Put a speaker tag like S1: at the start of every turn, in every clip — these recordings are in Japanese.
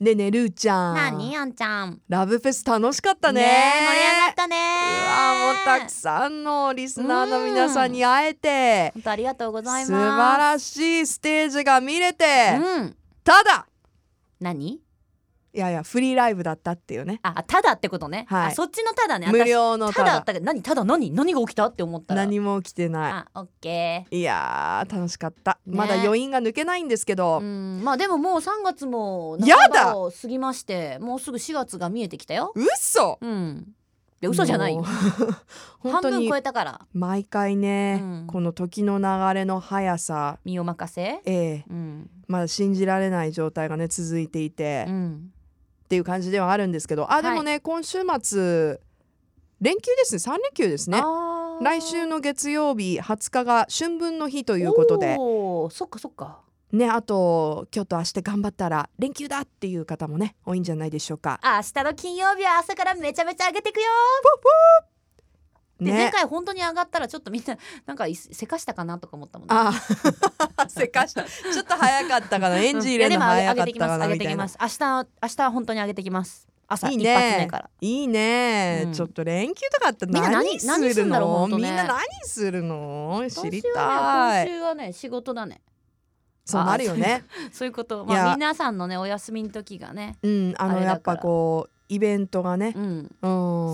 S1: ねえねえるーちゃん
S2: なにあんちゃん
S1: ラブフェス楽しかったね
S2: ねえ盛り上がったね
S1: うわもうたくさんのリスナーの皆さんに会えて
S2: 本当ありがとうございます
S1: 素晴らしいステージが見れて、
S2: うん
S1: ただ
S2: 何
S1: いやいやフリーライブだったっていうね
S2: あただってことね、
S1: はい
S2: あそっちのただね私
S1: 無料の
S2: た
S1: た
S2: だあっ
S1: だ
S2: たけど何ただ何何が起きたって思ったら
S1: 何も起きてな
S2: あオッケ
S1: いいやー楽しかった、
S2: ね
S1: まだ余韻が抜けないんですけ
S2: ー
S1: ど、
S2: うんまあでももう3月も
S1: やだ
S2: 半ばを過ぎましてもうすぐ4月が見えてきたよ
S1: 嘘
S2: うんで嘘じゃない
S1: もう
S2: よ
S1: 本
S2: 半
S1: 当
S2: 分
S1: に
S2: 超えたから
S1: 毎回ね、
S2: うん
S1: この時の流れの速さ
S2: 身を任せ
S1: ええ
S2: うん
S1: まだ信じられない状態がね続いていて、
S2: う
S1: っ
S2: ん
S1: ていう感じではあるんですけどあでもね、今週末連休ですね三連休ですね
S2: あー
S1: 来週の月曜日20日が春分の日ということで
S2: おーそっかそっか
S1: ねあと今日と明日頑張ったら連休だっていう方もね多いんじゃないでしょうか。
S2: 明日の金曜日は朝からめちゃめちゃ上げてくよで、前
S1: ね、
S2: 回本当に上がったらちょっとみんな なんかいせかしたかなとか思ったもんね
S1: あ せかしたちょっと早かったかなエンジン入れるの
S2: い
S1: 早
S2: やで
S1: かっ
S2: も上げてき
S1: たか
S2: ます上
S1: な
S2: げ
S1: み
S2: て
S1: た
S2: き
S1: いな
S2: ま。す明日明日は本当に上げてきます朝
S1: いい
S2: 一
S1: ね
S2: 発目から
S1: いいね、
S2: うん
S1: ちょっと連休とかあった
S2: みんな
S1: ら何
S2: 何
S1: するの
S2: 何するんだろうほんとね
S1: みんな何するの知り
S2: 今週は
S1: た
S2: ね
S1: い
S2: 今週はね仕事だね
S1: そうなるよね
S2: そういうこと
S1: い
S2: ま
S1: や
S2: あ皆さんのねお休みの時がね
S1: うんあ
S2: あ
S1: の
S2: れだから
S1: やっぱこうイベントがね
S2: うん
S1: うん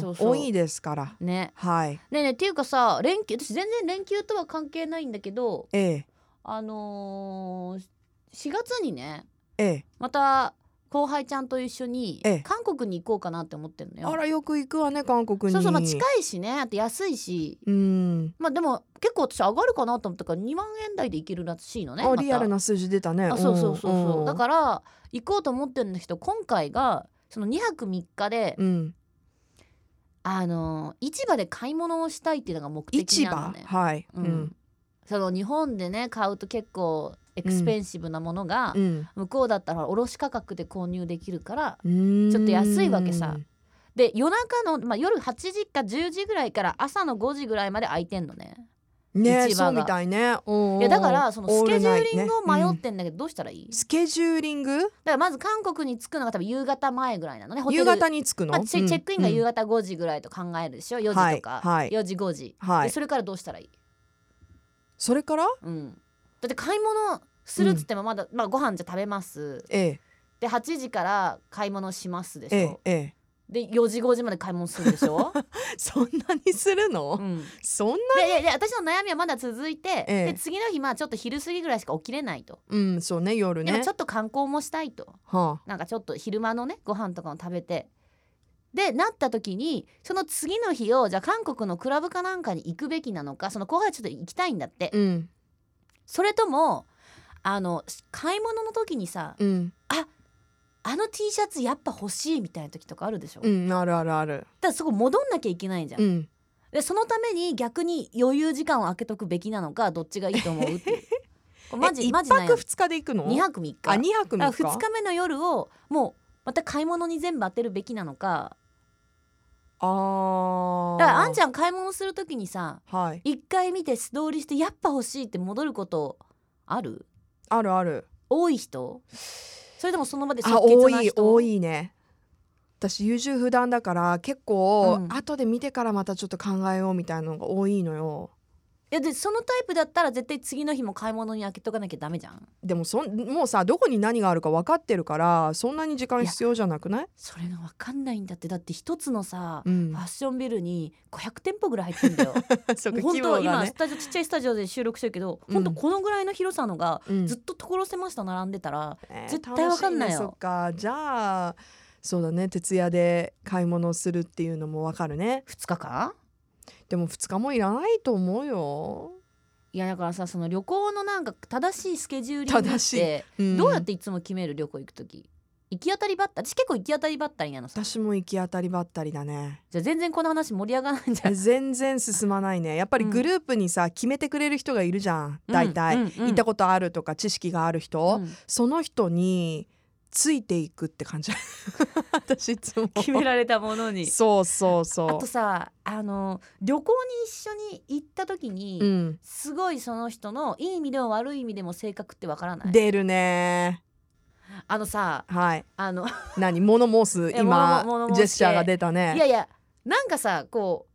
S2: そうそう
S1: 多いですから
S2: ね
S1: はい
S2: ねえねえっていうかさ連休私全然連休とは関係ないんだけど
S1: ええ
S2: あのー、4月にね
S1: ええ
S2: また後輩ちゃんと一緒に
S1: ええ
S2: 韓国に行こうかなって思ってるのよ。
S1: あらよく行くわね韓国に
S2: そうそうまあ近いしねあと安いし
S1: うん
S2: まあでも結構私上がるかなと思ったから2万円台で行けるらしいのね。
S1: あ
S2: また
S1: リアルな数字出たね
S2: あそうそうそうそう、
S1: ん
S2: だから行こうと思ってるんだけど今回がその2泊3日で、
S1: うん
S2: あのー市場で買い物をしたいっていうのが目的
S1: 市
S2: な
S1: 場
S2: のね。
S1: はい
S2: うん
S1: うん
S2: その日本でね買うと結構エクスペンシブなものが、
S1: うん
S2: 向こうだったら卸価格で購入できるから
S1: うん
S2: ちょっと安いわけさで夜中の、まあ、夜8時か10時ぐらいから朝の5時ぐらいまで空いてんのね。
S1: ね
S2: 市
S1: そ
S2: 場が
S1: うみたいねうんうん
S2: いやだからそのス
S1: オー
S2: ケ
S1: ル
S2: ジュ
S1: ナイ
S2: ー
S1: ト
S2: リ
S1: ね
S2: ングを迷
S1: うん
S2: ってんだけどどうしたらいい、
S1: スケジューリング
S2: だからまず韓国に着くのが多分夕方前ぐらいなのねホテ
S1: 夕
S2: ル
S1: 方に着くの、
S2: まあ、チェ
S1: うん
S2: チェックインが夕
S1: うん
S2: 方5時ぐらいと考えるでしょ4時とか、
S1: はいはい
S2: 4時5時、
S1: は
S2: で
S1: い
S2: それからどうしたらいい、
S1: それから
S2: うん、だって買い物するっつってもまだ、まあ、ご飯じゃ食べます
S1: ええ
S2: で8時から買い物しますでし
S1: え
S2: ょ
S1: え、ええ、
S2: で4時5時まで買い物するでしょ、
S1: そんなにするの、
S2: うん、
S1: そんな
S2: でいやいや私の悩みはまだ続いて、
S1: ええ
S2: で次の日まあちょっと昼過ぎぐらいしか起きれないと、
S1: うんそうね夜
S2: でも
S1: ね
S2: ちょっと観光もしたいと
S1: はあ
S2: なんかちょっと昼間のねご飯とかも食べてでなった時にその次の日をじゃあ韓国のクラブかなんかに行くべきなのかその後輩ちょっと行きたいんだって、
S1: うん
S2: それともあの買い物の時にさ
S1: うん
S2: あの T シャツやっぱ欲しいみたいな時とかあるでしょ、
S1: う
S2: だか
S1: んあるあるある
S2: らそこ戻んなきゃいけないじゃん、
S1: うん
S2: でそのために逆に余裕時間を空けとくべきなのかどっちがいいと思う っていうこれマ
S1: え
S2: ジ
S1: 一
S2: マジ悩
S1: 泊
S2: む
S1: 二日で行くの
S2: 2泊3日
S1: あ二泊
S2: だ
S1: 三
S2: から2
S1: 日
S2: 日目の夜をもうまた買い物に全部当てるべきなのか
S1: あ
S2: だからあんち
S1: ゃ
S2: ゃん買い物するときにさ
S1: はい
S2: 一回見て素通りしてやっぱ欲しいって戻ることある
S1: あるある
S2: 多い人それでもその場で即
S1: あ
S2: 決
S1: 多
S2: ない人
S1: 多いね私優柔不断だから結構、
S2: うん
S1: 後で見てからまたちょっと考えようみたいなのが多いのよ
S2: いやでそのタイプだったら絶対次の日も買い物に開けとかなきゃダメじゃん
S1: でもそんもうさどこに何があるか分かってるからそんなに時間必要じゃなくない
S2: それが分かんないんだってだって一つのさ、
S1: うん
S2: ファッションビルに500店舗ぐらい入ってんだよ
S1: そう
S2: も
S1: か
S2: う 本
S1: 規
S2: 当
S1: 模
S2: 今
S1: が
S2: ス
S1: ね、
S2: タジオちっちゃいスタジオで収録してるけど、
S1: うん
S2: 本当このぐらいの広さのが
S1: うん
S2: ずっと所狭しと並んでたら、
S1: えー
S2: 絶対わかんないよ
S1: 楽しねそっかじゃあそうだね徹夜で買い物するっていうのもわかるね
S2: 2日間
S1: でも2日もいらないと思うよ、
S2: いやだからさその旅行のなんか正しいスケジューリング
S1: 正
S2: っ
S1: してん
S2: どうやっていつも決める旅行行く時行き当たりばったり私結構行き当たりばったりなのさ
S1: 私も行き当たりばったりだ ね
S2: じゃあ全然この話盛り上がらないんじゃん
S1: 全然進まないねやっぱりグループにさ決めてくれる人がいるじゃん大体、
S2: うんうんうん
S1: 行ったことあるとか知識がある人、
S2: うん
S1: その人についていくって 感じ私いつも
S2: 決められたものに
S1: そうそう
S2: あ
S1: そ
S2: とさあの旅行に一緒に行った時に、
S1: ううん
S2: すごいその人のいい意味でも悪い意味でも性格ってわからない
S1: 出るね
S2: あのさ
S1: はい
S2: あの、
S1: 何物申す
S2: え
S1: 今
S2: 物物申
S1: ジェス
S2: して
S1: チャーが出た
S2: いや
S1: ね
S2: いやなんかさこ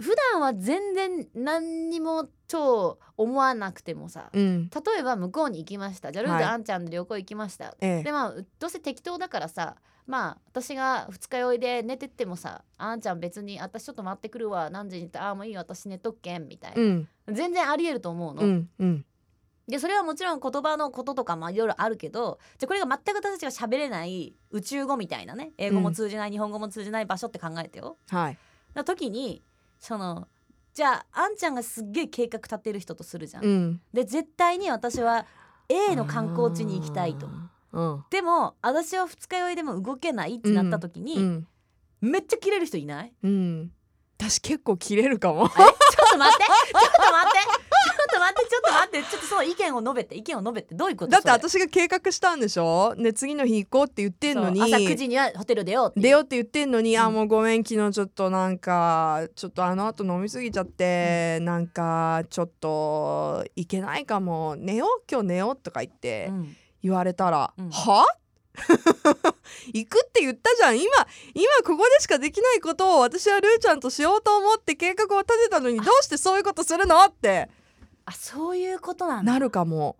S2: う普段は全然何にも超思わなくてもさ、
S1: うん
S2: 例えば向こうに行きましたじゃあルー
S1: はい
S2: ズあんちゃんで旅行行きました、
S1: え
S2: でまあどうせ適当だからさまあ私が二日酔いで寝てってもさ「あんちゃん別に私ちょっと待ってくるわ何時に」って「ああもういいよ私寝とっけん」みたい
S1: えう
S2: な、
S1: ん
S2: 全然ありえると思うの。
S1: うんうん
S2: でそれはもちろん言葉のこととかもいろいろあるけどじゃあこれが全く私たちが喋れない宇宙語みたいなね英語も通じない、日本語も通じない場所って考えてよ。
S1: はい
S2: な時にそのじゃああんちゃんがすっげえ計画立てる人とするじゃん。
S1: うん
S2: で絶対に私は A の観光地に行きたいと。
S1: うん
S2: でも私は二日酔いでも動けないってなった時に、
S1: うん
S2: めっちゃキレる人いない
S1: うん私結構切れるかも
S2: あれちょっと待ってちょっと待ってちょっと待ってちょっと待ってちょっとその意見を述べて意見を述べてどういうこと
S1: だって
S2: それ
S1: 私が計画したんでしょね次の日行こうって言ってんのに
S2: そう朝9時にはホテル出ようっていう
S1: 出ようって言ってんのに、
S2: うん
S1: あもうごめん昨日ちょっとなんかちょっとあの後飲みすぎちゃって、なんかちょっといけないかも寝よう今日寝ようとか言って
S2: うん
S1: 言われたら、
S2: うん
S1: は 行くって言ったじゃん今今ここでしかできないことを私はルーちゃんとしようと思って計画を立てたのにどうしてそういうことするのって
S2: あそういうことなんだ
S1: なるかも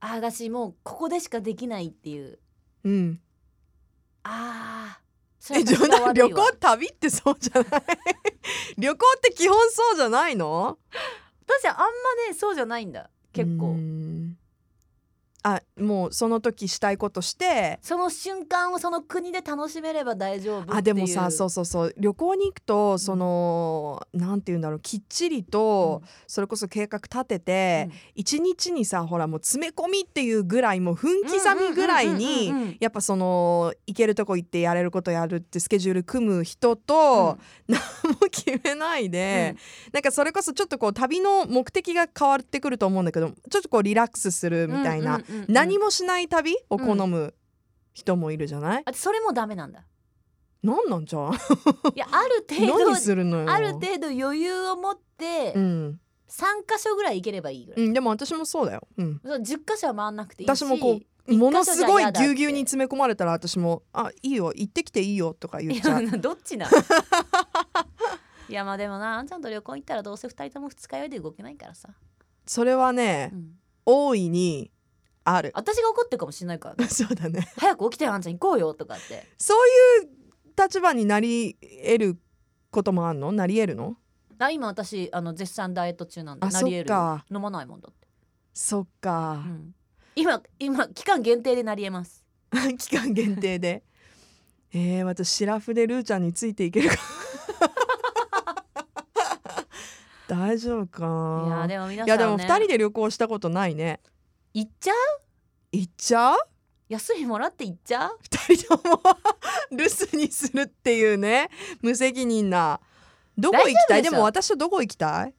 S2: あ私もうここでしかできないっていう
S1: うん
S2: ああそ
S1: えじ
S2: 私
S1: ゃ
S2: が
S1: あ
S2: 悪
S1: 旅
S2: いわ
S1: 行旅ってそうじゃない旅行って基本そうじゃないの
S2: 私あんまねそうじゃないんだ結
S1: うー
S2: 構
S1: んあもうその時したいことして
S2: その瞬間をその国で楽しめれば大丈夫っていう
S1: あでもさそうそうそう旅行に行くとそのなんて言うんだろうきっちりと、それこそ計画立てて
S2: うん
S1: 一、日にさほらもう詰め込みっていうぐらいもう分刻みぐらい
S2: うん
S1: に
S2: うんうんうんうん
S1: やっぱその行けるとこ行ってやれることやるってスケジュール組む人と、何も決めないで、なんかそれこそちょっとこう旅の目的が変わってくると思うんだけどちょっとこうリラックスするみたいな、
S2: うんうんうんうん
S1: 何もしない旅を好む人もいるじゃない、
S2: あそれもダメなんだ
S1: なんなんじゃ ん
S2: いやある程
S1: 何
S2: 度
S1: するのよ
S2: ある程度余裕を持って
S1: うん、
S2: 三箇所ぐらい行ければいいぐら
S1: う
S2: い、
S1: ん、でも私もそうだよ、うん、
S2: そう10箇所は回んなくていいし
S1: 私もこう
S2: 一箇所じゃ
S1: ものすごい
S2: 嫌だっ
S1: ぎ
S2: て
S1: ゅうぎゅうに詰め込まれたら私も「あいいよ行ってきていいよ」とか言っ
S2: い
S1: ちゃう
S2: やどっち なのいやまあでもなあんちゃんと旅行行ったらどうせ二人とも二日酔いで動けないからさ、
S1: それはね、
S2: うん
S1: 大いにある
S2: 私が怒ってるかもしれないから ね
S1: そうだね
S2: 早く起きてよあんちゃん行こうよとかって
S1: そういう立場になり得ることもあるのなり得るの
S2: あ今私あの絶賛ダイエット中なんで
S1: あ
S2: なりえる
S1: そっか
S2: よ飲まないもんだって、
S1: そっ
S2: う
S1: か、
S2: ん今今期間限定でなりえます
S1: 期間限定 でえー、私シラフでルーちゃんについていける か大丈夫かない
S2: いやでも皆さん、ね、
S1: いやでも2人で旅行したことないね
S2: 行っちゃう
S1: 行っちゃう
S2: 休みもらって行っちゃう
S1: 2人とも 留守にするっていうね無責任などこ行きたい
S2: 大丈夫で
S1: で
S2: しょ
S1: も私とどこ行きたい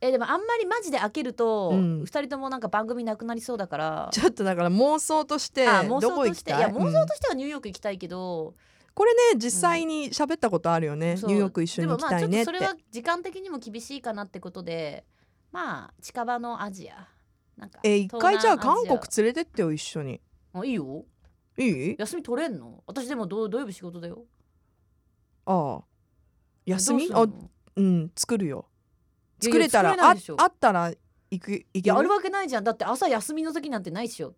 S2: えでもあんまりマジで開けると、
S1: う
S2: 二
S1: ん
S2: 2人ともなんか番組なくなりそうだから
S1: ちょっとだから妄想として
S2: あ
S1: ど
S2: 妄想
S1: こと行き
S2: してい
S1: たい
S2: や妄
S1: う
S2: 想
S1: ん
S2: としてはニューヨーク行きたいけど、
S1: これね実際に喋ったことあるよね、
S2: そう
S1: ニューヨーク一緒に行きたいねって
S2: でもまあちょっとそれは時間的にも厳しいかなってことでまあ近場のアジアなんか
S1: え一回じゃあ韓国
S2: 東
S1: 連れてってよ一緒に
S2: 南アジアあいいよ
S1: いい
S2: 休み取れんの私でもどう土曜日仕事だよ
S1: ああ休み
S2: ど
S1: あ
S2: うすんの
S1: うん作るよ
S2: いやいや
S1: 作れたら
S2: 作れない
S1: あ
S2: でしょ
S1: あったら行く行
S2: い
S1: け
S2: やある
S1: る
S2: わけないじゃんだって朝休みの時なんてないっしょ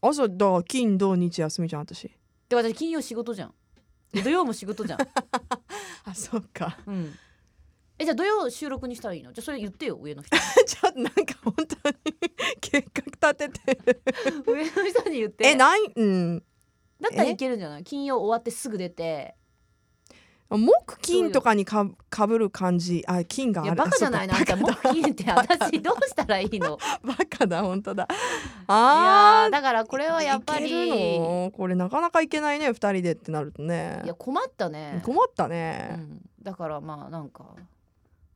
S1: 朝だから金土日休みじゃん私
S2: で私金曜仕事じゃんで土曜も仕事じゃん、
S1: あそうか
S2: うん、えじゃあ土曜収録にしたらいいのじゃあそれ言ってよ上の人に
S1: ちょっとなんか本当に計画立て てる
S2: 上の人に言って
S1: えないうん
S2: だったらいけるんじゃない金曜終わってすぐ出て
S1: 木金とかにかかぶる感じあ金がある
S2: いやバカじゃない のあんた
S1: あそう
S2: も
S1: か
S2: う金って私どうしたらいい の
S1: バカだバカだ本当だ
S2: いや
S1: あ
S2: ーだからこれはやっぱ
S1: いける
S2: りい
S1: のこれなかなかいけないね二人でってなるとね
S2: や困ったね
S1: 困った
S2: う
S1: ね、
S2: ん、だからまあなんか